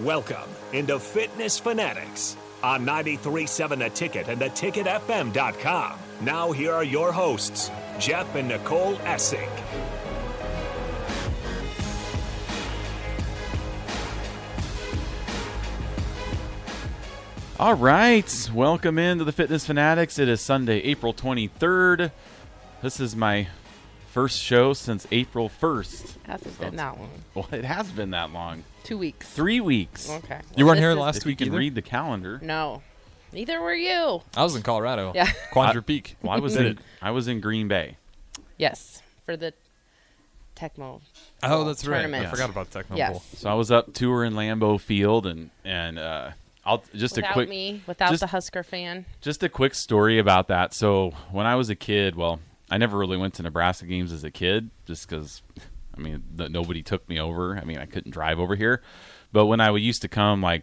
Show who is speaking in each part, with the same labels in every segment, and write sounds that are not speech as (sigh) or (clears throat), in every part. Speaker 1: Welcome into Fitness Fanatics on 937 The Ticket and theticketfm.com. Now here are your hosts, Jeff and Nicole Essig.
Speaker 2: All right, welcome into the Fitness Fanatics. It is Sunday, April 23rd. This is my first show since April 1st.
Speaker 3: Hasn't been that long.
Speaker 2: Well, it has been that long.
Speaker 3: Two weeks.
Speaker 2: Three weeks.
Speaker 3: Okay.
Speaker 4: You weren't
Speaker 3: This
Speaker 4: here
Speaker 3: is-
Speaker 4: last
Speaker 2: If you
Speaker 4: week
Speaker 2: can
Speaker 4: either.
Speaker 2: read the calendar.
Speaker 3: No. Neither were you.
Speaker 4: I was in Colorado. Oh,
Speaker 3: Yeah.
Speaker 4: Quandra Peak.
Speaker 2: Well, I was in I was in Green Bay.
Speaker 3: Yes. For the Tecmo.
Speaker 4: Oh, that's right.
Speaker 3: Tournament.
Speaker 4: I forgot about
Speaker 2: Oh,
Speaker 4: Tecmo
Speaker 3: Yes.
Speaker 4: Bowl.
Speaker 2: So I was up touring Lambeau Field and and uh I'll just
Speaker 3: Without
Speaker 2: a quick
Speaker 3: me, without
Speaker 2: just-
Speaker 3: the Husker fan.
Speaker 2: Just a quick story about that. So when I was a kid, well, I never really went to Nebraska games as a kid, just because, I mean, th- nobody took me over. I mean, I couldn't drive over here. But when I would used to come, like,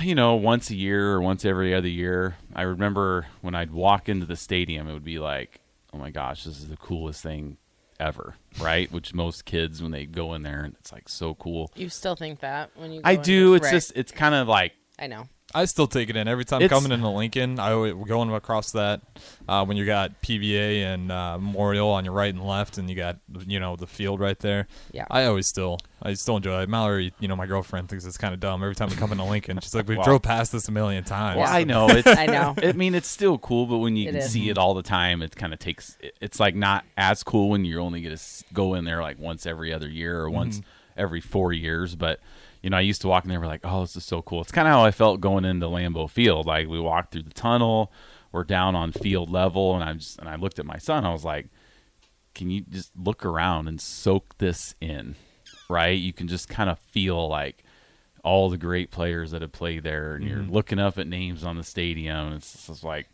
Speaker 2: you know, once a year or once every other year, I remember when I'd walk into the stadium, it would be like, oh my gosh, this is the coolest thing ever, right? Which most kids when they go in there, it's like so cool.
Speaker 3: You still think that when you?
Speaker 2: I
Speaker 3: go in-
Speaker 2: do. It's
Speaker 3: Right.
Speaker 2: just it's kind of like (laughs)
Speaker 3: I know.
Speaker 4: I still take it in every time
Speaker 2: It's-
Speaker 4: coming into Lincoln. I always, going across that uh, when you got PBA and uh, Memorial on your right and left, and you got you know the field right there.
Speaker 3: Yeah.
Speaker 4: I always still I still enjoy it. Mallory, you know my girlfriend thinks it's kind of dumb every time we come into Lincoln. She's like, we
Speaker 2: Wow.
Speaker 4: drove past this a million times.
Speaker 2: Well, I
Speaker 3: Yeah.
Speaker 2: know. It's,
Speaker 3: (laughs) I know.
Speaker 2: (laughs) I mean, it's still cool, but when you
Speaker 3: It
Speaker 2: can
Speaker 3: is.
Speaker 2: see it all the time, it kind of takes. it- It's like not as cool when you're only going to go in there like once every other year or once every four years. But you know, I used to walk in there, and be like, oh, this is so cool. It's kind of how I felt going into Lambeau Field. Like we walked through the tunnel, we're down on field level, and I'm just and I looked at my son. I was like, can you just look around and soak this in, right? You can just kind of feel like all the great players that have played there, and you're looking up at names on the stadium. and It's just it's like,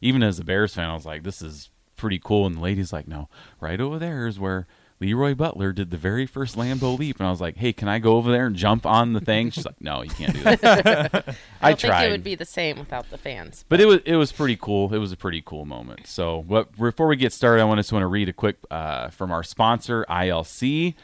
Speaker 2: even as a Bears fan, I was like, this is pretty cool. And the lady's like, no, right over there is where Leroy Butler did the very first Lambeau leap. And I was like, hey, can I go over there and jump on the thing? She's like, no, you can't do
Speaker 3: (laughs)
Speaker 2: that.
Speaker 3: I,
Speaker 2: I
Speaker 3: don't think
Speaker 2: tried.
Speaker 3: it would be the same without the fans.
Speaker 2: But it was it was pretty cool. It was a pretty cool moment. So, what, before we get started, I want just want to read a quick uh, from our sponsor, ILC.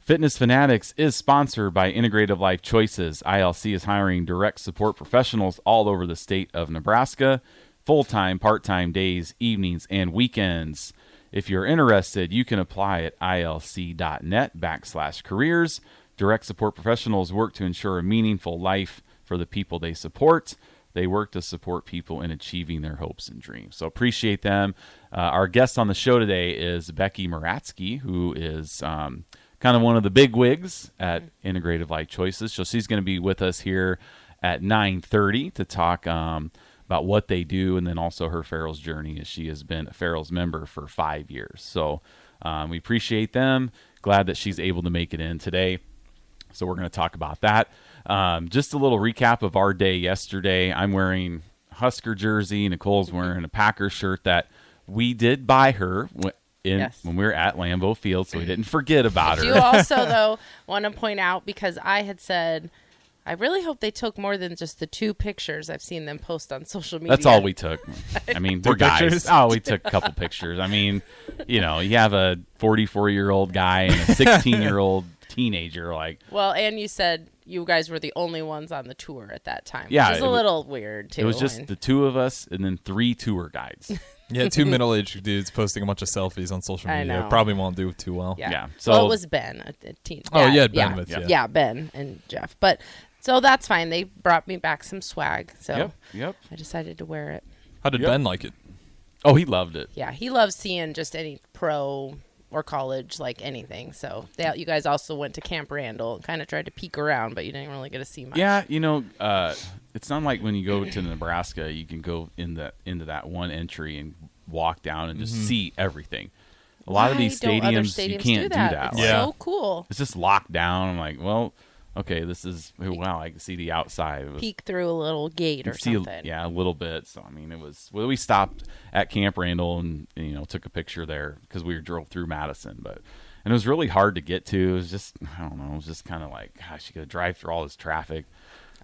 Speaker 2: Fitness Fanatics is sponsored by Integrative Life Choices. ILC is hiring direct support professionals all over the state of Nebraska, full time, part time, days, evenings, and weekends. If you're interested, you can apply at ilc.net backslash careers. Direct support professionals work to ensure a meaningful life for the people they support. They work to support people in achieving their hopes and dreams. So appreciate them. Uh, our guest on the show today is Becky Muratsky, who is um, kind of one of the big wigs at Integrative Life Choices. So she's going to be with us here at 9:30 to talk um, about what they do, and then also her Farrell's journey, as she has been a Farrell's member for five years. So um, we appreciate them. Glad that she's able to make it in today. So we're going to talk about that. Um, just a little recap of our day yesterday. I'm wearing Husker jersey. Nicole's wearing a Packer shirt that we did buy her when, in,
Speaker 3: Yes.
Speaker 2: when we were at Lambeau Field, so we didn't forget about
Speaker 3: Do you
Speaker 2: her.
Speaker 3: also though want to point out because I had said. I really hope they took more than just the two pictures I've seen them post on social
Speaker 2: (laughs)
Speaker 3: media.
Speaker 2: That's all we took.
Speaker 3: (laughs)
Speaker 2: I mean, we're guys.
Speaker 4: pictures?
Speaker 2: Oh, we took a couple pictures. I mean, you know, you have a 44 year old guy and (laughs) a 16 year old teenager. Like,
Speaker 3: Well, and you said you guys were the only ones on the tour at that time.
Speaker 2: Yeah,
Speaker 3: which is
Speaker 2: it
Speaker 3: a
Speaker 2: was-
Speaker 3: little weird too.
Speaker 2: it was just
Speaker 3: and-
Speaker 2: the two of us and then three tour guides.
Speaker 3: (laughs)
Speaker 4: Yeah, two middle aged dudes posting a bunch of selfies on social
Speaker 3: I
Speaker 4: media
Speaker 3: know.
Speaker 4: probably won't do too well.
Speaker 3: Yeah.
Speaker 2: Yeah,
Speaker 3: well,
Speaker 2: so-
Speaker 3: it was Ben, a, a teen.
Speaker 4: Oh,
Speaker 3: yeah,
Speaker 4: you had Ben with
Speaker 3: yeah.
Speaker 4: you.
Speaker 3: Yeah, Ben and Jeff. But so that's fine. They brought me back some swag, so
Speaker 2: Yep. Yep.
Speaker 3: I decided to wear it.
Speaker 4: How did
Speaker 2: Yep.
Speaker 4: Ben like it?
Speaker 2: Oh, he loved it.
Speaker 3: Yeah, he loves seeing just any pro or college, like anything. So they, you guys also went to Camp Randall and kind of tried to peek around, but you didn't really get to see much.
Speaker 2: Yeah, you know, uh, it's not like when you go to Nebraska, you can go in the into that one entry and walk down and just see everything. A lot of
Speaker 3: Why
Speaker 2: these
Speaker 3: don't other
Speaker 2: stadiums, you can't do that.
Speaker 3: It's
Speaker 2: Like,
Speaker 4: Yeah.
Speaker 3: so cool.
Speaker 2: It's just locked down. I'm like, well, okay, this is oh, wow. I can see the outside. It was-
Speaker 3: Peek through a little gate or
Speaker 2: see a-
Speaker 3: something.
Speaker 2: yeah, a little bit. So I mean, it was. Well, we stopped at Camp Randall and you know took a picture there because we drove through Madison, but and it was really hard to get to. It was just I don't know. It was just kind of like, gosh, you got to drive through all this traffic.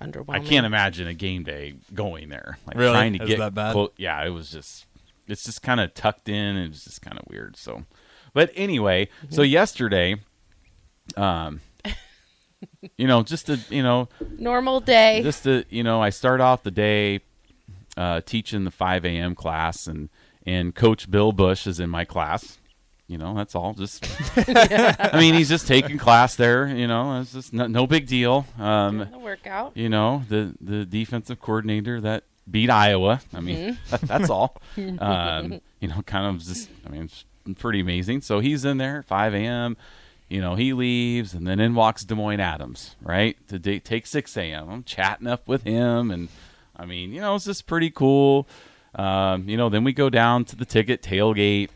Speaker 3: Underwhelming.
Speaker 2: I can't imagine a game day going there. Like
Speaker 4: Really?
Speaker 2: trying to
Speaker 4: Is
Speaker 2: get
Speaker 4: that bad?
Speaker 2: clo- yeah, it was just it's just kind of tucked in and it was just kind of
Speaker 4: Mm-hmm. (laughs)
Speaker 2: weird. So, but anyway, so yesterday, um, you know, just to you know,
Speaker 3: Normal
Speaker 4: Eh.
Speaker 3: day.
Speaker 2: just to you know, I start off the day uh, teaching the 5 a.m. class, and and Coach Bill Bush is in my class. You know, that's all.
Speaker 4: (laughs)
Speaker 2: Just, (laughs) I mean, he's just taking class there. You know, it's just no, no big deal. Um,
Speaker 3: That'll work out.
Speaker 2: you know the the defensive coordinator that beat Iowa. I mean, (laughs) that's all. Um, you know, kind of just. I mean, it's pretty amazing. So he's in there at 5 a.m. You know, he leaves, and then in walks Des Moines Adams, right? To da- take 6 a.m. I'm chatting up with him, and I mean, you know, it's just pretty cool. Um, you know, then we go down to the ticket tailgate.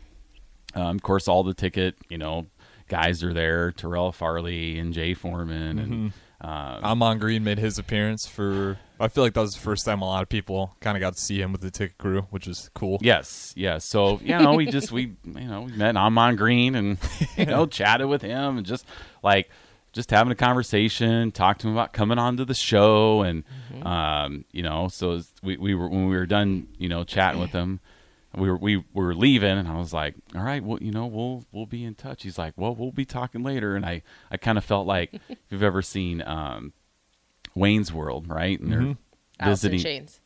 Speaker 2: Um, of course, all the ticket, you know, guys are there: Terrell Farley and Jay Foreman, and
Speaker 4: Amon Green made his appearance for. I feel like that was the first time a lot of people kind of got to see him with the ticket crew, which is cool.
Speaker 2: Yes, yes. So you know, we just
Speaker 3: (laughs)
Speaker 2: we you know we met Amon Green and you know chatted with him and just like just having a conversation, talked to him about coming on to the show and
Speaker 3: Mm-hmm.
Speaker 2: um you know so it's- we we were when we were done you know chatting with him. We were we were leaving, and I was like, "All right, well, you know, we'll we'll be in touch." He's like, "Well, we'll be talking later," and I I kind of felt like
Speaker 3: (laughs)
Speaker 2: if you've ever seen um, Wayne's World, right? And they're
Speaker 3: Alice in
Speaker 2: visiting
Speaker 3: Chains.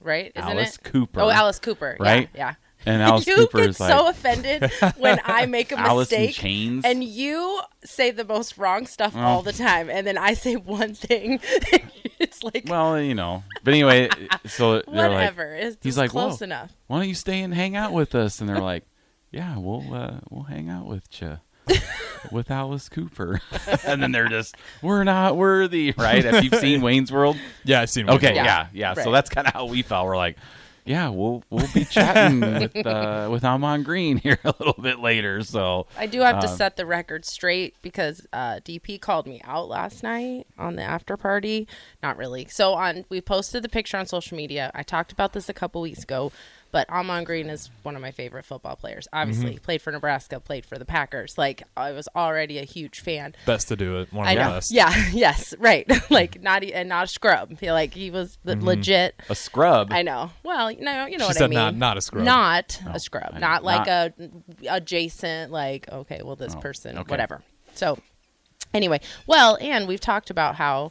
Speaker 3: Right? Mm-hmm. Isn't
Speaker 2: Alice
Speaker 3: it?
Speaker 2: Cooper.
Speaker 3: Oh, Alice Cooper. Yeah,
Speaker 2: Right?
Speaker 3: Yeah.
Speaker 2: and Alice
Speaker 3: (laughs) you
Speaker 2: Cooper
Speaker 3: get
Speaker 2: is like,
Speaker 3: so
Speaker 2: (laughs)
Speaker 3: offended when I make a
Speaker 2: Alice in
Speaker 3: mistake,
Speaker 2: Chains. Oh.
Speaker 3: and you say the most wrong stuff all the time, and then I say one thing. (laughs) it's like
Speaker 2: Well, you know. But anyway,
Speaker 3: (laughs)
Speaker 2: so they're like,
Speaker 3: whatever. it's
Speaker 2: he's
Speaker 3: it's
Speaker 2: like,
Speaker 3: close
Speaker 2: "Whoa."
Speaker 3: enough.
Speaker 2: why don't you stay and hang out with us? And they're like, yeah, we'll uh, we'll hang out with
Speaker 3: (laughs)
Speaker 2: you. with Alice Cooper, (laughs) and then they're just we're not worthy, right? If you've
Speaker 3: (laughs)
Speaker 2: seen Wayne's World,
Speaker 4: Yeah, I've seen. him.
Speaker 2: okay, yeah,
Speaker 3: Yeah.
Speaker 2: yeah. So
Speaker 3: Right.
Speaker 2: that's kind of how we felt. We're like, yeah, we'll we'll be
Speaker 3: (laughs)
Speaker 2: chatting with uh, with Amon Green (laughs) here a little bit later. So
Speaker 3: I do have to set the record straight because uh, DP called me out last night on the after party. Not really. So on, we posted the picture on social media. I talked about this a couple weeks ago, but Amon Green is one of my favorite football players. Obviously, played for Nebraska, played for the Packers. Like I was already a huge fan.
Speaker 4: best to do it. One of
Speaker 3: I
Speaker 4: the
Speaker 3: know. (laughs)
Speaker 4: best.
Speaker 3: Yeah. Yes. Right. (laughs) like not e- and not a scrub. He, like he was the, legit.
Speaker 2: a scrub.
Speaker 3: I know. Well, you know, you know
Speaker 4: She
Speaker 3: what I
Speaker 4: said
Speaker 3: mean.
Speaker 4: not- not a scrub.
Speaker 3: Not a scrub.
Speaker 2: I know.
Speaker 3: Not like a adjacent. Like okay, well, this
Speaker 2: Oh,
Speaker 3: person,
Speaker 2: okay.
Speaker 3: whatever. So, anyway, well, and we've talked about how,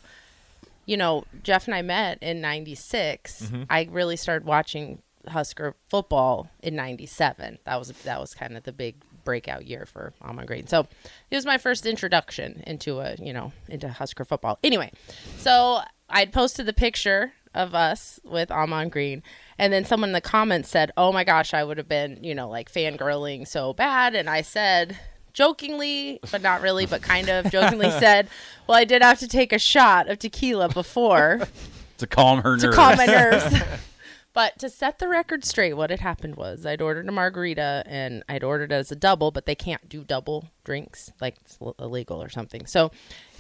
Speaker 3: you know, Jeff and I met in '96. I really started watching Husker football in '97. That was that was kind of the big breakout year for Alma Green. So it was my first introduction into a you know into Husker football. Anyway, so I'd posted the picture of us with Amon Green. And then someone in the comments said, Oh my gosh, I would have been, you know, like fangirling so bad. And I said, jokingly, but not really, but kind of jokingly said, Well, I did have to take a shot of tequila before
Speaker 2: to calm her
Speaker 3: to
Speaker 2: nerves.
Speaker 3: calm my nerves. (laughs) but to set the record straight, what had happened was I'd ordered a margarita and I'd ordered it as a double, but they can't do double drinks, like it's l- illegal or something. So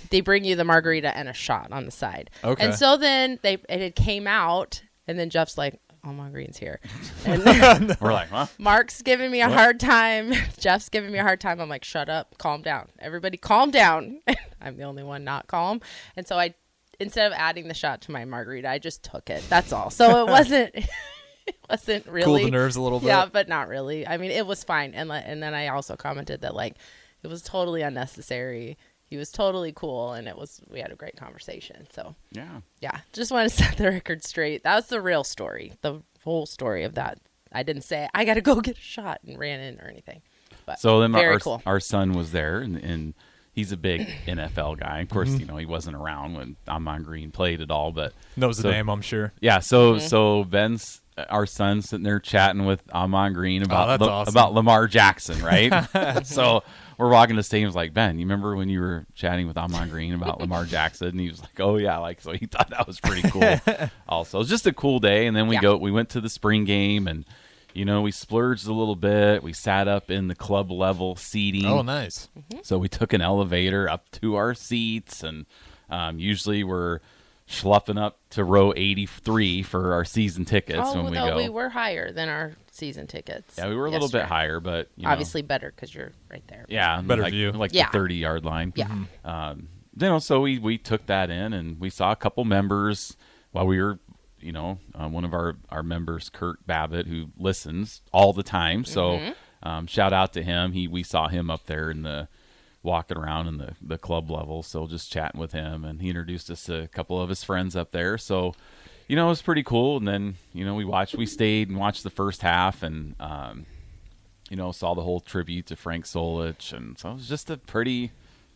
Speaker 3: they bring you the margarita and a shot on the side.
Speaker 4: Okay.
Speaker 3: And so then they it had came out, and then Jeff's like, "Oh, my green's here," and
Speaker 2: (laughs) We're like, huh?
Speaker 3: Mark's giving me a hard time. (laughs) Jeff's giving me a hard time. I'm like, shut up, calm down. Everybody, calm down. (laughs) I'm the only one not calm. And so I, instead of adding the shot to my margarita, I just took it. That's all. So
Speaker 4: (laughs)
Speaker 3: it wasn't, (laughs) it wasn't
Speaker 4: Cool
Speaker 3: really.
Speaker 4: the nerves a little bit.
Speaker 3: yeah, but not really. I mean, it was fine. And, le- and then I also commented that, like, it was totally unnecessary. He was totally cool. And it was, we had a great conversation. So
Speaker 2: Yeah.
Speaker 3: yeah, just want to (laughs) set the record straight. That was the real story, the whole story of that. I didn't say I got to go (laughs) get a shot and ran in or anything. But
Speaker 2: So then my-
Speaker 3: very
Speaker 2: our,
Speaker 3: cool.
Speaker 2: our son was there, and, and he's a
Speaker 3: (clears throat)
Speaker 2: big NFL guy. Of
Speaker 3: Mm-hmm.
Speaker 2: course, you know he wasn't around when Amon Green played at all, but
Speaker 4: knows the
Speaker 2: So-
Speaker 4: name. I'm sure.
Speaker 2: yeah. So so Ben's our son sitting there chatting with Amon Green about
Speaker 4: Oh, that's
Speaker 2: Lam-
Speaker 4: awesome.
Speaker 2: about Lamar Jackson,
Speaker 4: (laughs)
Speaker 2: right? so we're walking to stadiums like Ben. You remember when you were chatting with Amon Green about Lamar Jackson? And he was like, "Oh yeah," like so he (laughs) thought that was pretty
Speaker 4: (laughs)
Speaker 2: cool. also, it was just a cool day. And then we
Speaker 3: Yeah.
Speaker 2: go. We went to the spring game and. You know, we splurged a little bit. We sat up in the club level seating.
Speaker 4: Oh, nice.
Speaker 2: So we took an elevator up to our seats, and um, usually we're schluffing up to row 83 for our season tickets
Speaker 3: oh,
Speaker 2: when we
Speaker 3: though
Speaker 2: go.
Speaker 3: we were higher than our season tickets.
Speaker 2: yeah, we were a little
Speaker 3: yesterday.
Speaker 2: bit higher, but you know,
Speaker 3: Obviously better because you're right there.
Speaker 2: yeah, Mm-hmm.
Speaker 4: Better
Speaker 2: like,
Speaker 4: view.
Speaker 2: like
Speaker 3: Yeah.
Speaker 2: the 30 yard line.
Speaker 3: Yeah. (laughs)
Speaker 2: you know, so we we took that in, and we saw a couple members while we were, you know, uh, one of our our members, Kurt Babbitt, who listens all the time. So, um, shout out to him. He we saw him up there in the walking around in the, the club level. So just chatting with him, and he introduced us to a couple of his friends up there. So, you know, it was pretty cool. And then you know we watched, we stayed and watched the first half, and um, you know saw the whole tribute to Frank Solich, and so it was just a pretty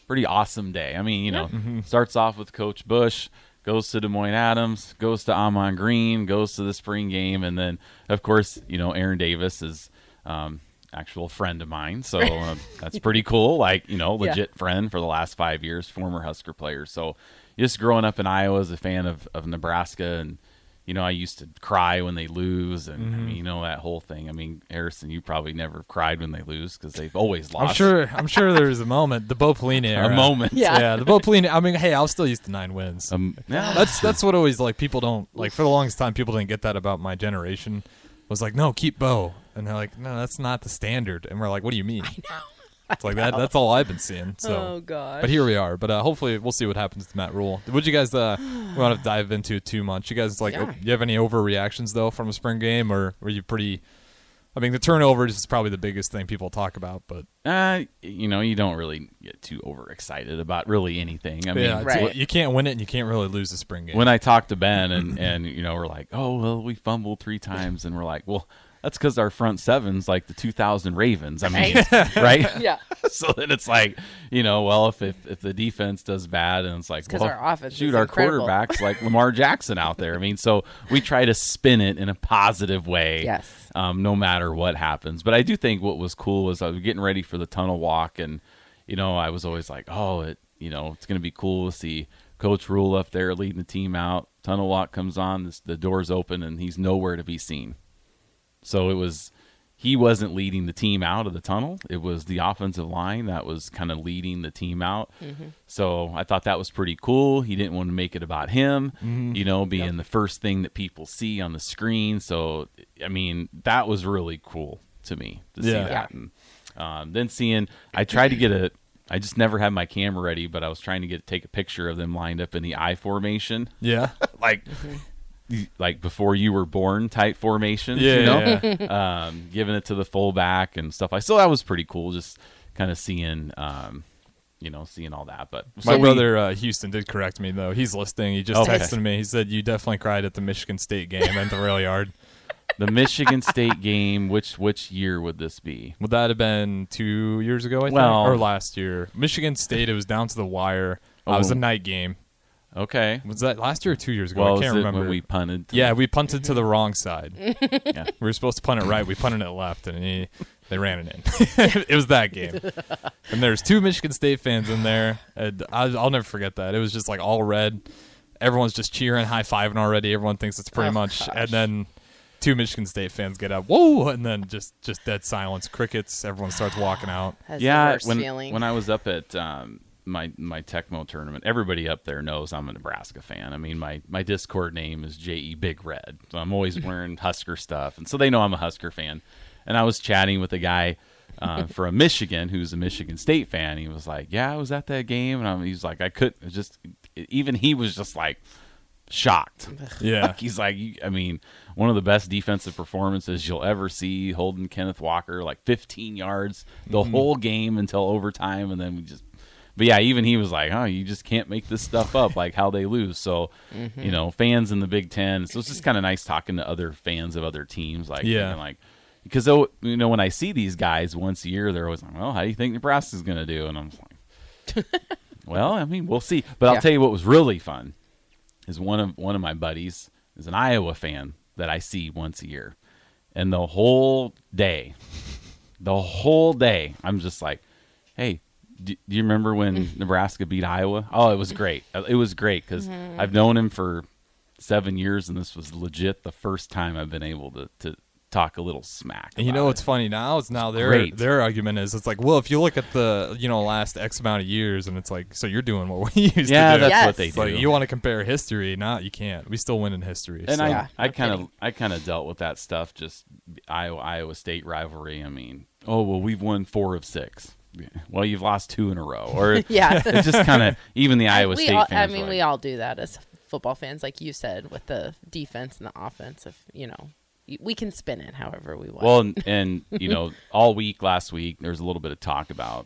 Speaker 2: pretty awesome day. I mean, you know, starts off with Coach Bush, goes to Des Moines Adams, goes to Amon Green, goes to the spring game, and then of course, you know, Aaron Davis is um, actual friend of mine, so uh, that's pretty cool. Like you know,
Speaker 3: Yeah.
Speaker 2: legit friend for the last five years, former Husker player. So just growing up in Iowa as a fan of of Nebraska and. You know, I used to cry when they lose, and
Speaker 4: Mm-hmm.
Speaker 2: I mean, you know that whole thing. I mean, Harrison, you probably never cried when they lose because they've always lost.
Speaker 4: I'm sure. I'm sure there was a moment, the Bo Pelini
Speaker 2: (laughs) a
Speaker 4: era.
Speaker 2: moment.
Speaker 3: Yeah.
Speaker 4: yeah, the Bo Pelini. I mean, hey, I was still used to nine wins.
Speaker 2: Um, yeah.
Speaker 4: that's that's what always like people don't like for the longest time people didn't get that about my generation was like no keep Bo and they're like no that's not the standard and we're like what do you mean (laughs) it's like that that's all I've been seeing so
Speaker 3: Oh, gosh.
Speaker 4: but here we are but uh, hopefully we'll see what happens to Matt Rule would you guys uh we want to dive into it too much you guys like
Speaker 3: Yeah.
Speaker 4: you have any overreactions though from a spring game or were you pretty I mean the turnovers is probably the biggest thing people talk about but
Speaker 2: Uh, you know, you don't really get too overexcited about really anything. I mean,
Speaker 4: yeah it's-
Speaker 3: Right.
Speaker 4: you can't win it and you can't really lose a spring game
Speaker 2: when I talk to Ben and and you know, we're like, oh well, we fumbled three times, and we're like, well, that's because our front seven's like the 2000 Ravens. I mean, (laughs) right?
Speaker 3: Yeah.
Speaker 2: so then it's like, you know, well, if if, if the defense does bad, and it's like,
Speaker 3: 'cause
Speaker 2: well,
Speaker 3: our offense
Speaker 2: shoot,
Speaker 3: is
Speaker 2: our
Speaker 3: incredible.
Speaker 2: quarterback's like Lamar Jackson out there. I mean, so we try to spin it in a positive way,
Speaker 3: Yes.
Speaker 2: um, no matter what happens. But I do think what was cool was I was getting ready for the tunnel walk, and you know, I was always like, oh, it, you know, it's gonna be cool to see Coach Rule up there leading the team out. Tunnel walk comes on, this, the doors open, and he's nowhere to be seen. So it was he wasn't leading the team out of the tunnel. It was the offensive line that was kind of leading the team out. So I thought that was pretty cool. He didn't want to make it about him, you know, being the first thing that people see on the screen. So I mean, that was really cool to me to see
Speaker 4: Yeah.
Speaker 2: that.
Speaker 3: Yeah.
Speaker 2: And, um, then seeing, I tried to get a. I just never had my camera ready, but I was trying to get take a picture of them lined up in the I formation
Speaker 4: yeah
Speaker 2: like y- like before you were born type formations,
Speaker 4: yeah,
Speaker 2: you know,
Speaker 4: yeah, yeah.
Speaker 2: (laughs) um, giving it to the fullback and stuff. I so that was pretty cool, just kind of seeing, um, you know, seeing all that. But
Speaker 4: My
Speaker 2: so we-
Speaker 4: brother uh, Houston did correct me though. He's listening. He just
Speaker 2: Okay.
Speaker 4: texted me. He said you definitely cried at the Michigan State game at the
Speaker 2: (laughs)
Speaker 4: rail yard.
Speaker 2: the Michigan State (laughs) game, which which year would this be?
Speaker 4: Would that have been two years ago? I think,
Speaker 2: Well-
Speaker 4: or last year. Michigan State. It was down to the wire. Uh, it was
Speaker 2: Oh.
Speaker 4: a night game.
Speaker 2: Okay,
Speaker 4: Was that last year or two years ago?
Speaker 2: well,
Speaker 4: I
Speaker 2: is
Speaker 4: can't
Speaker 2: it
Speaker 4: remember.
Speaker 2: when we punted. to-
Speaker 4: yeah, we punted
Speaker 3: Mm-hmm.
Speaker 4: to the wrong
Speaker 3: (laughs)
Speaker 4: side.
Speaker 2: Yeah.
Speaker 4: We were supposed to punt it right. We punted it left, and he, they ran it in. (laughs) it was that game. And there's two Michigan State fans in there. And I, I'll never forget that. It was just like all red. Everyone's just cheering, high fiving already. Everyone thinks it's pretty
Speaker 3: Oh,
Speaker 4: much.
Speaker 3: gosh.
Speaker 4: And then two Michigan State fans get up, whoa, and then just just dead silence, crickets. Everyone starts walking
Speaker 3: (laughs)
Speaker 4: out.
Speaker 3: That's
Speaker 2: yeah.
Speaker 3: the worst
Speaker 2: when
Speaker 3: feeling.
Speaker 2: when I was up at um, my my Tecmo tournament, everybody up there knows I'm a Nebraska fan. I mean, my my Discord name is Je Big Red, so I'm
Speaker 3: (laughs)
Speaker 2: always wearing Husker stuff, and so they know I'm a Husker fan. And I was chatting with a guy
Speaker 3: (laughs)
Speaker 2: uh, from Michigan who's a Michigan State fan. He was like, "Yeah, I was at that game," and I'm, he was like, "I could not just." Even he was just like shocked.
Speaker 4: Yeah.
Speaker 2: (laughs) He's like, you- I mean, one of the best defensive performances you'll ever see, holding Kenneth Walker like 15 yards the whole game until overtime, and then we just. But yeah, even he was like, "Oh, you just can't make this stuff up, like how they lose." So, you know, fans in the Big Ten. So it's just kind of nice talking to other fans of other teams, like
Speaker 4: Yeah.
Speaker 2: thinking, like because though you know when I see these guys once a year, they're always like, "Well, how do you think Nebraska's going to do?" And I'm just like, well, I mean, we'll see. But I'll
Speaker 3: Yeah.
Speaker 2: tell you what was really fun is one of one of my buddies is an Iowa fan that I see once a year, and the whole day, the whole day, I'm just like, hey. Do do you remember
Speaker 3: (laughs)
Speaker 2: when Nebraska beat Iowa? Oh, it was great. It was great because
Speaker 3: Mm-hmm.
Speaker 2: I've known him for seven years, and this was legit the first time I've been able to, to talk a little smack.
Speaker 4: And you
Speaker 2: about
Speaker 4: know
Speaker 2: it.
Speaker 4: what's funny now is now their
Speaker 2: great.
Speaker 4: their argument is it's like, well, if you look at the you know last X amount of years, and it's like, so you're doing what (laughs) we used
Speaker 2: yeah,
Speaker 4: to do.
Speaker 2: that's
Speaker 3: Yes.
Speaker 2: what they
Speaker 4: It's
Speaker 2: do.
Speaker 4: like you want to compare history, not you can't. We still win in history.
Speaker 2: And
Speaker 4: so.
Speaker 2: I,
Speaker 3: Yeah,
Speaker 2: I
Speaker 3: no
Speaker 2: kind of,
Speaker 3: kidding.
Speaker 2: I kind of dealt with that stuff. Just Iowa, Iowa State rivalry. I mean, oh well, we've won four of six. Well, you've lost two in a row. Or
Speaker 3: (laughs) (laughs) Yeah.
Speaker 2: (laughs) it's just kind of even the Iowa
Speaker 3: (laughs) we
Speaker 2: State
Speaker 3: all, I
Speaker 2: fans. were
Speaker 3: mean,
Speaker 2: like,
Speaker 3: we all do that as football fans, like you said, with the defense and the offense. Of you know, y- we can spin it however we want.
Speaker 2: Well, and, and you know, all week last week there was a little bit of talk about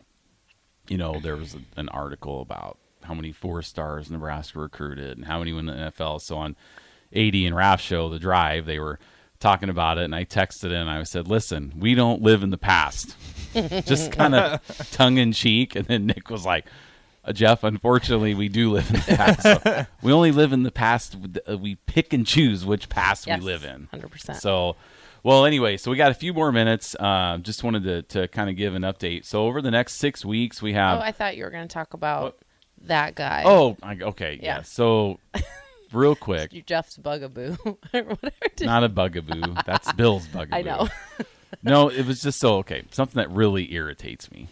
Speaker 2: you know, there was an article about how many four stars Nebraska recruited and how many went in the NFL. So on 80 and Raf show, the drive, they were talking about it, and I texted and I said, "Listen, we don't live in the past." (laughs) Just kind of tongue in cheek, and then Nick was like. "Uh, Jeff, unfortunately, we do live in the past. So we only live in the past. Uh, We pick and choose which past
Speaker 3: Yes,
Speaker 2: we live in.
Speaker 3: 100%.
Speaker 2: So, well, anyway, so we got a few more minutes. Uh, just wanted to, to kind of give an update. So, over the next six weeks, we have.
Speaker 3: oh, I thought you were going to talk about that guy.
Speaker 2: Um, Oh, I, okay. Yeah.
Speaker 3: Yeah. (laughs)
Speaker 2: So, real quick,
Speaker 3: You Jeff's bugaboo (laughs) or whatever.
Speaker 2: not a bugaboo. That's Bill's bugaboo.
Speaker 3: (laughs) I know.
Speaker 2: no, it was just so okay. Something that really irritates me.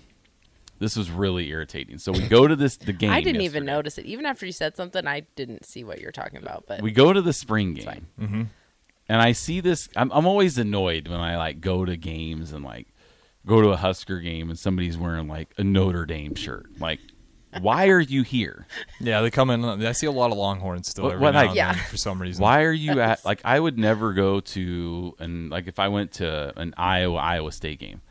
Speaker 2: This was really irritating. So we go to this the game.
Speaker 3: (laughs) I didn't even
Speaker 2: yesterday.
Speaker 3: notice it. Even after you said something, I didn't see what you're talking about. But
Speaker 2: We go to the spring game, and I see this. I'm, I'm always annoyed when I like go to games and like go to a Husker game and somebody's wearing like a Notre Dame shirt. Like, why are you here?
Speaker 4: Yeah, they come in. I see a lot of Longhorns still
Speaker 2: What-
Speaker 4: every
Speaker 2: what
Speaker 4: now
Speaker 2: I-
Speaker 4: and
Speaker 3: Yeah.
Speaker 4: then for some reason.
Speaker 2: Why are you at like I would never go to and like if I went to an Iowa Iowa State game,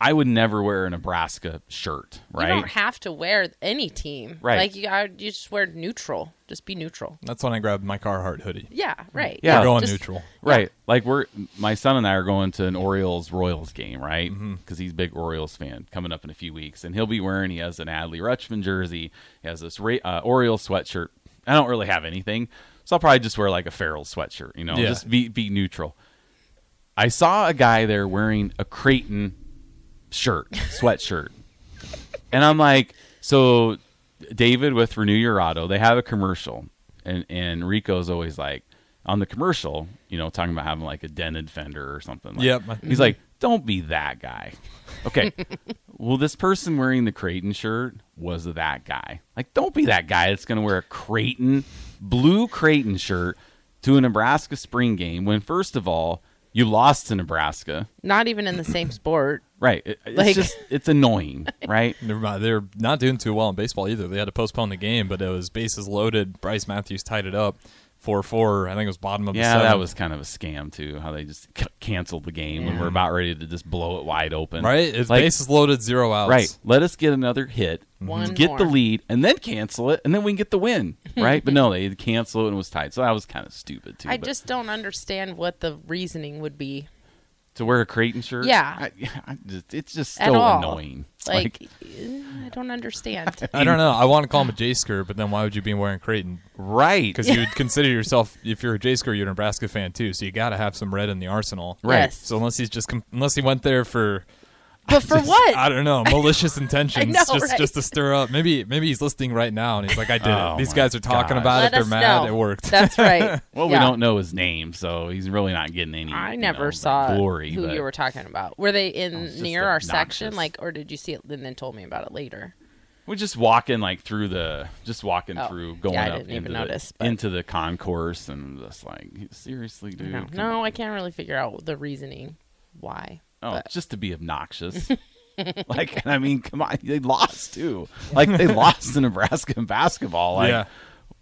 Speaker 2: I would never wear a Nebraska shirt, right?
Speaker 3: you don't have to wear any team.
Speaker 2: Right.
Speaker 3: Like you, I, you just wear neutral. Just be neutral.
Speaker 4: That's when I grabbed my Carhartt hoodie.
Speaker 3: Yeah. Right.
Speaker 2: Yeah.
Speaker 4: We're going
Speaker 3: just-
Speaker 4: neutral.
Speaker 2: Right. Like we're my son and I are going to an Orioles Royals game, right? Because he's a big Orioles fan. Coming up in a few weeks, and he'll be wearing. He has an Adley Rutschman jersey. He has this Ra- uh, Orioles sweatshirt. I don't really have anything, so I'll probably just wear like a Farrell sweatshirt. You know,
Speaker 4: Yeah.
Speaker 2: just be be neutral. I saw a guy there wearing a Creighton shirt, sweatshirt, and I'm like, so David with Renew Your Auto, they have a commercial, and and Rico's always like on the commercial, you know, talking about having like a dented fender or something. Like,
Speaker 4: Yep.
Speaker 2: He's like, don't be that guy. Okay. well, this person wearing the Creighton shirt was that guy. Like, don't be that guy that's going to wear a Creighton blue Creighton shirt to a Nebraska spring game when first of all you lost to Nebraska.
Speaker 3: Not even in
Speaker 2: (clears throat)
Speaker 3: the same sport.
Speaker 2: Right. It- it's
Speaker 3: Like-
Speaker 2: just it's
Speaker 3: (laughs)
Speaker 2: annoying, right?
Speaker 4: Never mind. They're not doing too well in baseball either. They had to postpone the game, but it was bases loaded. Bryce Matthews tied it up, four four. I think it was bottom of the
Speaker 2: Yeah,
Speaker 4: seventh.
Speaker 2: that was kind of a scam too. How they just c- canceled the game when we're about ready to just blow it wide open.
Speaker 4: right. It's
Speaker 2: Like,
Speaker 4: bases loaded, zero outs.
Speaker 2: right. Let us get another hit,
Speaker 3: One
Speaker 2: get the
Speaker 3: more.
Speaker 2: lead, and then cancel it, and then we can get the
Speaker 3: (laughs)
Speaker 2: win. Right. but no, they cancel it and it was tied. So that was kind of stupid too.
Speaker 3: I
Speaker 2: but
Speaker 3: just don't understand what the reasoning would be
Speaker 2: to wear a Creighton shirt.
Speaker 3: Yeah.
Speaker 2: I, (laughs) I just, it's just
Speaker 3: at
Speaker 2: so
Speaker 3: all.
Speaker 2: annoying.
Speaker 3: Like, eh, I don't
Speaker 2: (laughs)
Speaker 3: understand.
Speaker 4: I don't know. I want to call him a J Sker, but then why would you be wearing Creighton?
Speaker 2: right.
Speaker 4: Because
Speaker 2: (laughs)
Speaker 4: you would consider yourself, if you're a J Sker, you're a Nebraska fan too. So you got to have some red in the arsenal.
Speaker 2: Right.
Speaker 3: Yes.
Speaker 4: So unless he's just com- unless he went there for
Speaker 3: but for what?
Speaker 4: I don't know
Speaker 3: (laughs)
Speaker 4: malicious intentions,
Speaker 3: know,
Speaker 4: just
Speaker 3: right?
Speaker 4: just to stir up. Maybe maybe he's listening right now and he's like, I did
Speaker 2: Oh
Speaker 4: it. These
Speaker 2: my
Speaker 4: guys are talking
Speaker 2: God.
Speaker 4: about
Speaker 3: Let
Speaker 4: it. They're
Speaker 3: us
Speaker 4: mad.
Speaker 3: know.
Speaker 4: It worked.
Speaker 2: (laughs)
Speaker 3: That's right.
Speaker 2: Well, we
Speaker 3: Yeah.
Speaker 2: don't know his name, so he's really not getting any.
Speaker 3: I
Speaker 2: you
Speaker 3: never
Speaker 2: know,
Speaker 3: saw
Speaker 2: glory.
Speaker 3: who
Speaker 2: but-
Speaker 3: you were talking about. Were they in
Speaker 2: just
Speaker 3: near our section,
Speaker 2: obnoxious.
Speaker 3: like, or did you see it and then told me about it later?
Speaker 2: We're just walking like through the, just walking
Speaker 3: Oh,
Speaker 2: through,
Speaker 3: yeah,
Speaker 2: going
Speaker 3: I
Speaker 2: up
Speaker 3: didn't
Speaker 2: into,
Speaker 3: even
Speaker 2: the,
Speaker 3: notice, but-
Speaker 2: into the concourse, and just like seriously, dude.
Speaker 3: No,
Speaker 2: come
Speaker 3: no,
Speaker 2: on.
Speaker 3: I can't really figure out the reasoning why.
Speaker 2: Oh,
Speaker 3: but-
Speaker 2: just to be
Speaker 3: (laughs)
Speaker 2: obnoxious. like, and I mean, come on, they lost too. Like
Speaker 3: (laughs)
Speaker 2: they lost to Nebraska in basketball. Like,
Speaker 4: Yeah.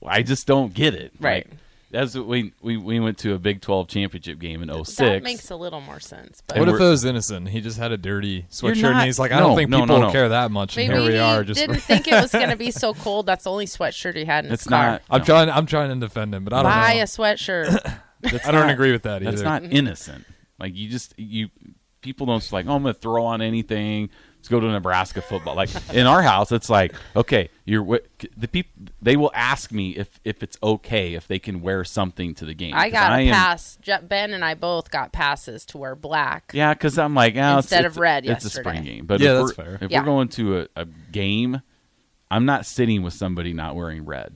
Speaker 2: I just don't get it.
Speaker 3: Right.
Speaker 2: Like, that's what we, we we went to a Big Twelve championship game in 06.
Speaker 3: That makes a little more sense. But
Speaker 4: What if it
Speaker 2: we're-
Speaker 4: was innocent? He just had a dirty sweatshirt
Speaker 2: not-
Speaker 4: and he's like, I
Speaker 2: no,
Speaker 4: don't think
Speaker 2: no, no,
Speaker 4: people
Speaker 2: no.
Speaker 4: care that much. And
Speaker 3: maybe
Speaker 4: here we
Speaker 3: he
Speaker 4: are.
Speaker 2: (laughs)
Speaker 4: Just
Speaker 3: didn't think it was going to be so cold. That's the only sweatshirt he had in his
Speaker 2: It's
Speaker 3: car.
Speaker 2: not-
Speaker 4: (laughs) I'm
Speaker 2: No.
Speaker 4: trying. I'm trying to defend him, but I don't
Speaker 3: Buy
Speaker 4: know.
Speaker 2: (coughs)
Speaker 3: a sweatshirt.
Speaker 2: That's
Speaker 4: I don't
Speaker 2: not-
Speaker 4: agree with that either.
Speaker 2: That's not
Speaker 3: Mm-hmm.
Speaker 2: innocent. Like you just you people don't just like, oh, I'm gonna throw on anything. Let's go to Nebraska football. Like in our house, it's like, okay, you're wi- the people. They will ask me if if it's okay if they can wear something to the game.
Speaker 3: I
Speaker 2: 'Cause
Speaker 3: got a
Speaker 2: am-
Speaker 3: pass. Je- Ben and I both got passes to wear black.
Speaker 2: Yeah, because I'm like, oh, it's-
Speaker 3: Instead
Speaker 2: it's-
Speaker 3: of red
Speaker 2: it's a spring
Speaker 3: yesterday.
Speaker 2: game. But
Speaker 4: Yeah,
Speaker 2: if
Speaker 4: that's
Speaker 2: we're,
Speaker 4: fair.
Speaker 2: If
Speaker 3: Yeah.
Speaker 2: we're going to a, a game, I'm not sitting with somebody not wearing
Speaker 3: (laughs)
Speaker 2: red.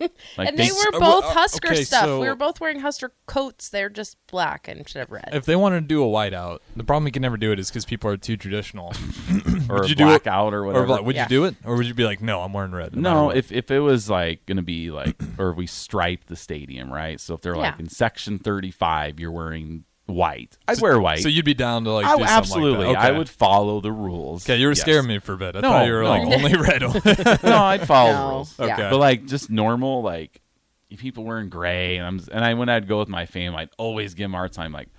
Speaker 2: Like Oh,
Speaker 3: And they
Speaker 2: think-
Speaker 3: were
Speaker 4: uh,
Speaker 3: both
Speaker 4: well, uh,
Speaker 3: Husker
Speaker 4: okay,
Speaker 3: stuff.
Speaker 4: so-
Speaker 3: we were both wearing Husker coats. They're just black instead of red.
Speaker 4: If they wanted to do a whiteout, the problem you can never do it is because people are too traditional.
Speaker 2: (laughs) or
Speaker 4: Would you do it-
Speaker 2: blackout or
Speaker 4: or
Speaker 2: whatever.
Speaker 4: like, would
Speaker 3: Yeah.
Speaker 4: you do it, or would you be like, no, I'm wearing red? matter
Speaker 2: No,
Speaker 4: what."
Speaker 2: if if it was like going to be like, (clears throat) or if we striped the stadium, right? So if they're like
Speaker 3: Yeah.
Speaker 2: in section thirty-five, you're wearing white. I'd wear white.
Speaker 4: so you'd be down to like.
Speaker 2: I,
Speaker 4: do something
Speaker 2: absolutely.
Speaker 4: Like that.
Speaker 2: I
Speaker 4: Okay.
Speaker 2: would follow the rules.
Speaker 4: Okay, you were
Speaker 2: Yes.
Speaker 4: scaring me for a bit. I
Speaker 2: No,
Speaker 4: thought you were like
Speaker 2: no.
Speaker 4: only red. (laughs) okay.
Speaker 2: (laughs) no, I'd follow the
Speaker 3: No.
Speaker 2: rules.
Speaker 3: Yeah.
Speaker 2: But like just normal, like people wearing gray, and I'm and I when I'd go with my family, I'd always give them our time. Like,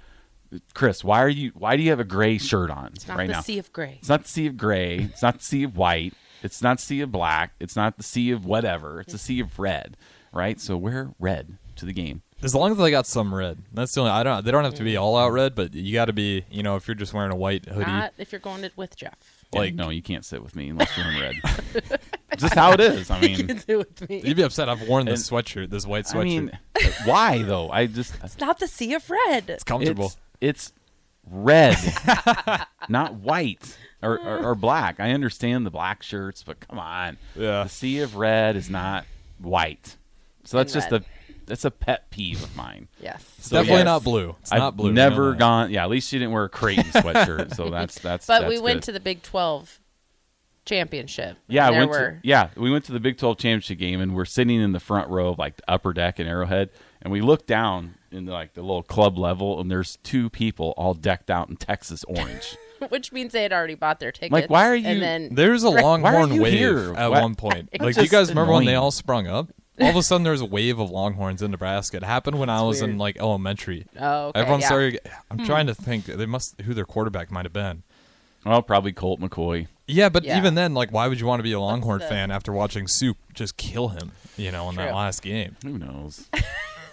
Speaker 2: Chris, why are you? Why do you have a gray shirt on
Speaker 3: Not
Speaker 2: right
Speaker 3: the
Speaker 2: now?
Speaker 3: sea of gray.
Speaker 2: It's not the sea of gray. It's not the sea of white. It's not sea of black. It's not the sea of whatever. It's a sea of red, right? So wear red to the game.
Speaker 4: As long as they got some red. That's the only. I don't. They don't have to be all out red, but you got to be. You know, if you're just wearing a white hoodie,
Speaker 3: Not if you're going to, with Jeff.
Speaker 2: (laughs) Yeah,
Speaker 4: Like-
Speaker 2: no, you can't sit with me unless you're in red. (laughs) Just how it is. I mean,
Speaker 4: (laughs)
Speaker 3: It's with me.
Speaker 4: you'd be upset. I've worn this sweatshirt, this white sweatshirt.
Speaker 2: I mean, (laughs) why though? I just
Speaker 3: It's not the sea of red.
Speaker 4: it's comfortable.
Speaker 2: It's, it's red, (laughs) not white or, or, or black. I understand the black shirts, but come on.
Speaker 4: Yeah.
Speaker 2: The sea of red is not white. So that's
Speaker 3: And
Speaker 2: just
Speaker 3: red.
Speaker 2: a that's a pet peeve of mine.
Speaker 3: Yes.
Speaker 4: it's
Speaker 2: so,
Speaker 4: definitely
Speaker 2: yes.
Speaker 4: not blue. It's
Speaker 2: I've
Speaker 4: not blue. I know
Speaker 2: never
Speaker 4: that.
Speaker 2: gone. Yeah, at least she didn't wear a
Speaker 4: (laughs)
Speaker 2: Creighton sweatshirt. so that's that's.
Speaker 3: But
Speaker 2: that's
Speaker 3: we went
Speaker 2: good.
Speaker 3: to the Big 12 championship.
Speaker 2: Yeah, I
Speaker 3: there
Speaker 2: went
Speaker 3: were.
Speaker 2: to, yeah, we went to the Big 12 championship game, and we're sitting in the front row of like the upper deck in Arrowhead, and we look down in like the little club level, and there's two people all decked out in Texas
Speaker 3: (laughs)
Speaker 2: orange.
Speaker 3: which means they had already bought their tickets.
Speaker 2: Like, why are you-
Speaker 3: And then
Speaker 4: There's a
Speaker 2: Why
Speaker 4: Longhorn
Speaker 2: are you
Speaker 4: wave
Speaker 2: here?
Speaker 4: at
Speaker 2: Why-
Speaker 4: one point.
Speaker 3: It's
Speaker 4: Like, do you
Speaker 2: just
Speaker 4: guys remember when they
Speaker 2: annoying.
Speaker 4: all sprung up? All of a sudden, there was a wave of Longhorns in Nebraska. It happened when I was in
Speaker 3: weird.
Speaker 4: like elementary.
Speaker 3: Oh, okay,
Speaker 4: Everyone
Speaker 3: yeah.
Speaker 4: started. I'm trying to think. They must who their quarterback might have been.
Speaker 2: well, probably Colt McCoy.
Speaker 4: Yeah, but
Speaker 3: Yeah.
Speaker 4: even then, like, why would you want to be a Longhorn
Speaker 3: the-
Speaker 4: fan after watching Soup just kill him? You know, in that
Speaker 3: True.
Speaker 4: last game,
Speaker 2: Who
Speaker 3: (laughs)
Speaker 2: knows?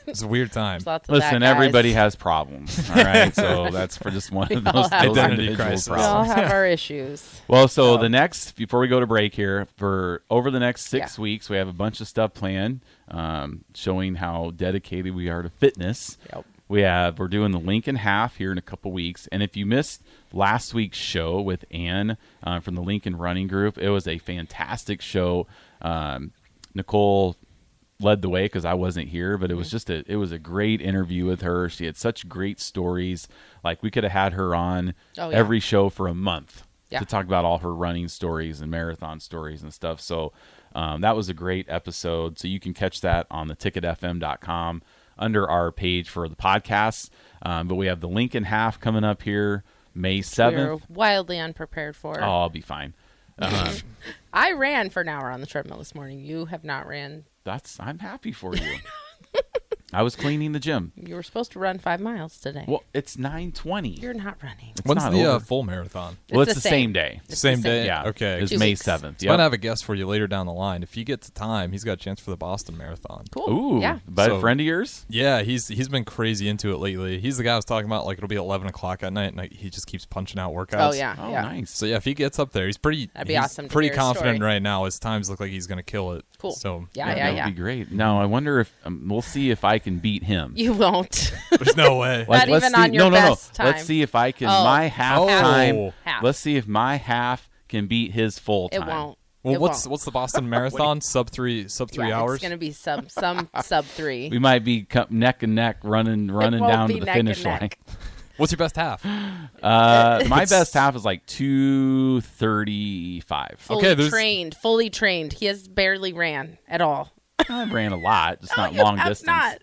Speaker 4: it's a weird time.
Speaker 3: there's lots of that,
Speaker 2: Listen,
Speaker 3: guys.
Speaker 2: everybody has problems. All right,
Speaker 3: (laughs)
Speaker 2: so that's for just one of
Speaker 3: We all
Speaker 2: those,
Speaker 3: have
Speaker 2: those
Speaker 4: Identity
Speaker 2: individual
Speaker 4: crisis.
Speaker 3: We all
Speaker 2: problems.
Speaker 3: have our issues.
Speaker 2: (laughs) Well, so the next before we go to break here for over the next six
Speaker 3: Yeah.
Speaker 2: weeks, we have a bunch of stuff planned, um, showing how dedicated we are to fitness.
Speaker 3: Yep.
Speaker 2: We have we're doing the Lincoln half here in a couple weeks, and if you missed last week's show with Ann uh, from the Lincoln Running Group, it was a fantastic show. Um, Nicole led the way because I wasn't here, but it
Speaker 3: Mm-hmm.
Speaker 2: was just a it was a great interview with her. She had such great stories. Like we could have had her on
Speaker 3: Oh, yeah.
Speaker 2: every show for a month
Speaker 3: Yeah.
Speaker 2: to talk about all her running stories and marathon stories and stuff. So um, that was a great episode. So you can catch that on the ticketfm.com under our page for the podcast. Um, but we have the Lincoln half coming up here May
Speaker 3: We were
Speaker 2: 7th.
Speaker 3: wildly unprepared for.
Speaker 2: Oh, I'll be fine. Um,
Speaker 3: I ran for an hour on the treadmill this morning. You have not ran.
Speaker 2: that's I'm happy for
Speaker 3: (laughs)
Speaker 2: you. I was cleaning the gym.
Speaker 3: You were supposed to run five miles today.
Speaker 2: Well, it's 9:20.
Speaker 3: You're not running.
Speaker 2: It's
Speaker 4: When's
Speaker 2: not
Speaker 4: the uh,
Speaker 2: over.
Speaker 4: full marathon?
Speaker 2: well,
Speaker 3: It's
Speaker 2: it's,
Speaker 3: the
Speaker 2: the
Speaker 3: same.
Speaker 2: same, day.
Speaker 3: It's
Speaker 4: Same
Speaker 3: the same.
Speaker 4: day.
Speaker 2: Yeah.
Speaker 4: Okay.
Speaker 2: It's
Speaker 3: Two
Speaker 2: May
Speaker 3: weeks.
Speaker 2: 7th.
Speaker 4: Might
Speaker 2: Yep.
Speaker 4: have a guest for you later down the line. If he gets the time, he's got a chance for the Boston Marathon.
Speaker 3: Cool.
Speaker 2: Ooh,
Speaker 3: Yeah.
Speaker 2: but
Speaker 4: So-
Speaker 2: friend of yours?
Speaker 4: Yeah, he's he's been crazy into it lately. He's the guy I was talking about. Like it'll be eleven o'clock at night, and like, he just keeps punching out
Speaker 3: Oh
Speaker 4: workouts.
Speaker 3: yeah.
Speaker 2: Oh,
Speaker 3: yeah.
Speaker 2: nice.
Speaker 4: So yeah, if he gets up there, he's pretty.
Speaker 3: That'd be
Speaker 4: he's
Speaker 3: awesome to
Speaker 4: Pretty
Speaker 3: hear his
Speaker 4: confident
Speaker 3: story.
Speaker 4: right now. His times look like he's gonna kill it.
Speaker 3: Cool.
Speaker 4: So
Speaker 3: Yeah, yeah,
Speaker 2: that
Speaker 3: yeah.
Speaker 2: would be great. Now I wonder if um, we'll see if I can beat him.
Speaker 3: You won't.
Speaker 4: (laughs)
Speaker 3: (laughs)
Speaker 4: There's no way.
Speaker 3: Not
Speaker 2: let's
Speaker 3: even
Speaker 2: see,
Speaker 3: on your
Speaker 2: no, no,
Speaker 3: best
Speaker 2: no.
Speaker 3: time.
Speaker 2: Let's see if I can
Speaker 3: Oh.
Speaker 2: my half time.
Speaker 4: Oh.
Speaker 3: Half.
Speaker 2: Let's see if my half can beat his full
Speaker 3: it
Speaker 2: time.
Speaker 3: won't.
Speaker 4: well,
Speaker 3: It
Speaker 4: what's
Speaker 3: won't.
Speaker 4: what's
Speaker 3: (laughs)
Speaker 4: the Boston Marathon? sub three, sub three
Speaker 3: Yeah,
Speaker 4: hours.
Speaker 3: It's gonna be sub some (laughs) sub three.
Speaker 2: We might be co- neck and neck running running
Speaker 3: won't
Speaker 2: down
Speaker 3: be
Speaker 2: to the
Speaker 3: neck and
Speaker 2: finish line.
Speaker 3: neck.
Speaker 4: What's your best half?
Speaker 3: (laughs)
Speaker 2: Uh, my best half is like two thirty five.
Speaker 3: fully
Speaker 4: Okay, there's-
Speaker 3: trained, fully trained. He has barely ran at all.
Speaker 2: I ran a lot, just not
Speaker 3: You
Speaker 2: long
Speaker 3: have
Speaker 2: distance.
Speaker 3: Oh, Not,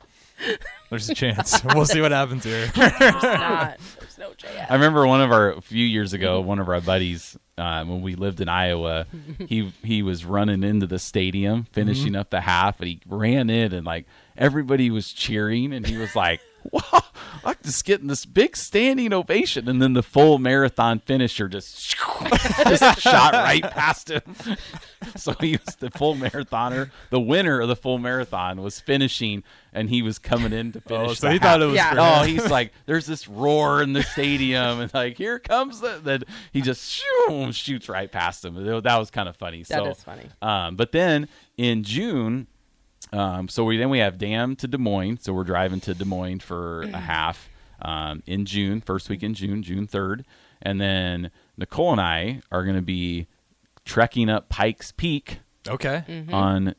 Speaker 3: (laughs)
Speaker 4: There's a chance. (laughs) we'll see what happens here.
Speaker 3: There's
Speaker 4: (laughs)
Speaker 3: not. There's no chance.
Speaker 2: I remember one of our a few years ago, one of our buddies uh, when we lived in Iowa, he he was running into the stadium, finishing up the half, and he ran in, and like everybody was cheering, and he was like, (laughs) "Wow, I'm just getting this big standing ovation!" And then the full marathon finisher just (laughs) just shot right past him. (laughs) So he was the full marathoner. The winner of the full marathon was finishing, and he was coming in to finish.
Speaker 4: Oh, so
Speaker 2: the
Speaker 4: he
Speaker 2: half.
Speaker 4: thought it was
Speaker 3: Yeah.
Speaker 4: for
Speaker 2: Oh,
Speaker 4: him.
Speaker 2: he's like, there's this roar in the stadium, and like, here comes the. Then he just shoom, shoots right past him. That was kind of funny.
Speaker 3: That
Speaker 2: so,
Speaker 3: is funny.
Speaker 2: Um, but then in June, um, so we then we have Dam to Des Moines. So we're driving to Des Moines for
Speaker 3: (clears throat)
Speaker 2: a half um, in June, first week in June, June third, and then Nicole and I are going to be trekking up Pikes Peak
Speaker 4: Okay.
Speaker 3: Mm.
Speaker 2: on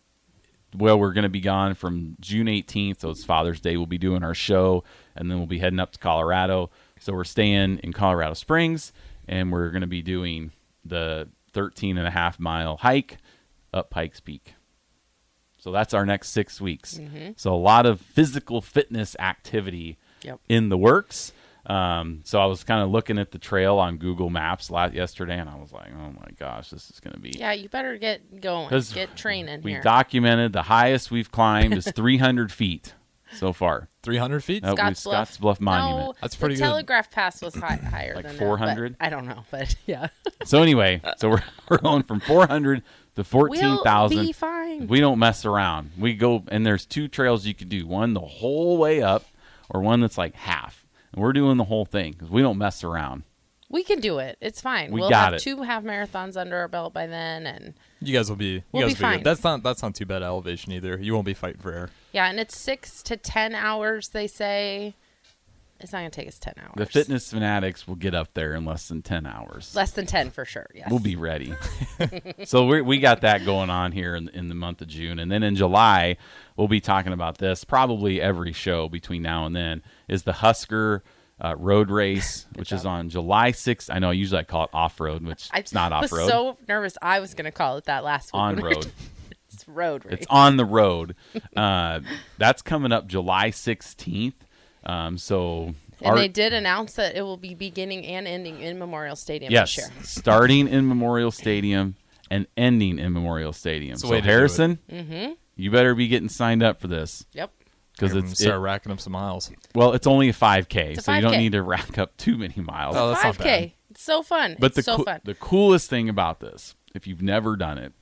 Speaker 2: well we're going to be gone from june 18th so it's father's day we'll be doing our show and then we'll be heading up to colorado so we're staying in colorado springs and we're going to be doing the 13 and a half mile hike up pikes peak so that's our next six weeks so a lot of physical fitness activity
Speaker 3: Yep.
Speaker 2: in the works um, so i was kind of looking at the trail on google maps last yesterday and i was like oh my gosh this is going to be
Speaker 3: Yeah, you better get going.
Speaker 2: 'Cause
Speaker 3: Get training
Speaker 2: we
Speaker 3: here.
Speaker 2: documented the highest we've climbed
Speaker 3: (laughs)
Speaker 2: is 300 feet so far.
Speaker 4: Three hundred feet.
Speaker 2: That was
Speaker 3: Bluff.
Speaker 2: Scotts Bluff Monument.
Speaker 3: No,
Speaker 4: That's pretty
Speaker 3: the
Speaker 4: good.
Speaker 3: Telegraph Pass
Speaker 2: (clears throat)
Speaker 3: was high, higher
Speaker 2: Like
Speaker 3: than that, but (laughs)
Speaker 2: 400?
Speaker 3: I don't know, but yeah.
Speaker 2: (laughs) So anyway, so we're, we're going from 400 The fourteen
Speaker 3: We'll be
Speaker 2: thousand.
Speaker 3: fine.
Speaker 2: We don't mess around. We go and there's two trails you could do. One the whole way up, or one that's like half. And we're doing the whole thing because we don't mess around.
Speaker 3: we can do it. It's fine.
Speaker 2: We
Speaker 3: will
Speaker 2: got
Speaker 3: have
Speaker 2: it.
Speaker 3: two half marathons under our belt by then, and
Speaker 4: You guys will be. You
Speaker 3: We'll
Speaker 4: guys
Speaker 3: be
Speaker 4: will be good.
Speaker 3: fine.
Speaker 4: That's not. That's not too bad elevation either. You won't be fighting for air.
Speaker 3: yeah, and it's six to ten hours. They say it's not going to take us ten hours.
Speaker 2: The fitness fanatics will get up there in less than ten hours.
Speaker 3: less than ten for sure. Yes,
Speaker 2: We'll be ready. (laughs) so we we got that going on here in, in the month of June, and then in July we'll be talking about this probably every show between now and then is the Husker uh, Road
Speaker 3: (laughs)
Speaker 2: Race, which is on July 6th. I know usually I call it off road, which
Speaker 3: I
Speaker 2: it's not off
Speaker 3: (laughs) was
Speaker 2: road.
Speaker 3: so nervous. I was going to call it that last week. (laughs)
Speaker 2: on
Speaker 3: when we were
Speaker 2: road.
Speaker 3: It's road race.
Speaker 2: It's on the road. Uh, that's coming up July 16th. Um, so
Speaker 3: and
Speaker 2: our-
Speaker 3: they did announce that it will be beginning and ending in Memorial Stadium
Speaker 2: yes,
Speaker 3: this year.
Speaker 2: starting in Memorial Stadium and ending in Memorial Stadium.
Speaker 4: It's a
Speaker 2: So
Speaker 4: way to do it.
Speaker 2: Harrison,
Speaker 3: Mm-hmm.
Speaker 2: you better be getting signed up for this
Speaker 3: Yep.
Speaker 2: because
Speaker 4: Everyone
Speaker 2: it's it-
Speaker 4: start racking up some miles.
Speaker 2: well, it's only a 5K,
Speaker 3: It's a
Speaker 2: so you don't
Speaker 3: 5K.
Speaker 2: need to rack up too many miles.
Speaker 4: Oh, that's not
Speaker 3: Five K. It's so fun.
Speaker 2: But
Speaker 3: it's
Speaker 2: the
Speaker 3: so
Speaker 2: coo-
Speaker 3: fun.
Speaker 2: the coolest thing about this, if you've never done it,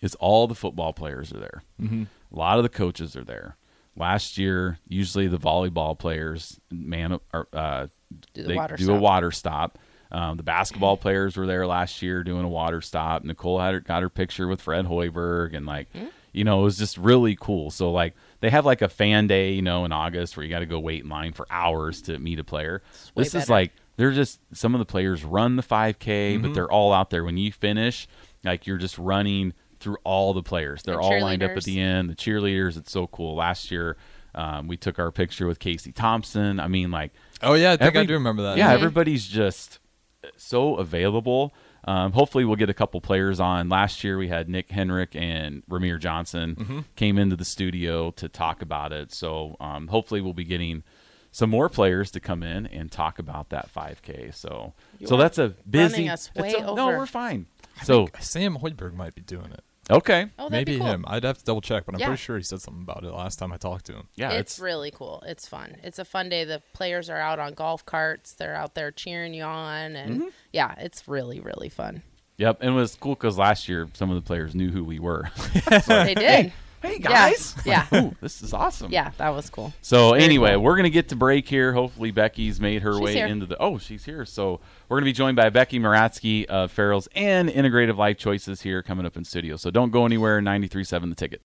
Speaker 2: is all the football players are there. Mm-hmm. A lot of the coaches are there. Last year, usually the volleyball players man or, uh,
Speaker 3: Do the
Speaker 2: they
Speaker 3: water
Speaker 2: do a
Speaker 3: stop.
Speaker 2: water stop. Um, the basketball players were there last year doing a water stop. Nicole had her, got her picture with Fred Hoiberg, and like
Speaker 3: Hmm.
Speaker 2: you know, it was just really cool. So like they have like a fan day, you know, in August where you got to go wait in line for hours to meet a player.
Speaker 3: way
Speaker 2: This is
Speaker 3: better.
Speaker 2: like they're just some of the players run the 5K, but they're all out there. When you finish, like you're just running through all the players. They're
Speaker 3: The
Speaker 2: all lined up at
Speaker 3: cheerleaders.
Speaker 2: the end. The cheerleaders, it's so cool. Last year, um, we took our picture with Casey Thompson. I mean, like
Speaker 4: Oh yeah, I think I
Speaker 2: Every-
Speaker 4: do remember that.
Speaker 2: yeah, everybody's just uh, so available. Um, hopefully, we'll get a couple players on. Last year, we had Nick Henrick and Ramir Johnson
Speaker 4: Mm-hmm.
Speaker 2: came into the studio to talk about it. So um, hopefully, we'll be getting some more players to come in and talk about that 5K. So, so
Speaker 3: are
Speaker 2: that's a busy.
Speaker 3: running us
Speaker 2: it's
Speaker 3: way
Speaker 2: a- No,
Speaker 3: over.
Speaker 2: we're fine. So
Speaker 4: Sam Hoyberg might be doing it.
Speaker 2: okay,
Speaker 3: oh, that'd
Speaker 4: Maybe
Speaker 3: be cool.
Speaker 4: him. I'd have to double check, but I'm
Speaker 3: Yeah.
Speaker 4: pretty sure he said something about it last time I talked to him.
Speaker 2: yeah,
Speaker 3: it's, really cool. It's fun. It's a fun day. The players are out on golf carts. They're out there cheering you on, and
Speaker 2: Mm-hmm.
Speaker 3: yeah, it's really
Speaker 2: (laughs)
Speaker 3: really fun.
Speaker 2: yep. And it was cool because last year some of the players knew who we were.
Speaker 3: they did.
Speaker 2: hey
Speaker 3: Yeah.
Speaker 2: guys,
Speaker 3: Yeah.
Speaker 2: Ooh, this is awesome.
Speaker 3: Yeah, that was cool.
Speaker 2: So anyway, we're gonna get to break here. Hopefully, Becky's made her
Speaker 3: She's
Speaker 2: way
Speaker 3: here.
Speaker 2: into the. Oh, she's here. So we're gonna be joined by Becky Maratsky of Farrell's and Integrative Life Choices here coming up in studio. So don't go anywhere. 93.7 The Ticket.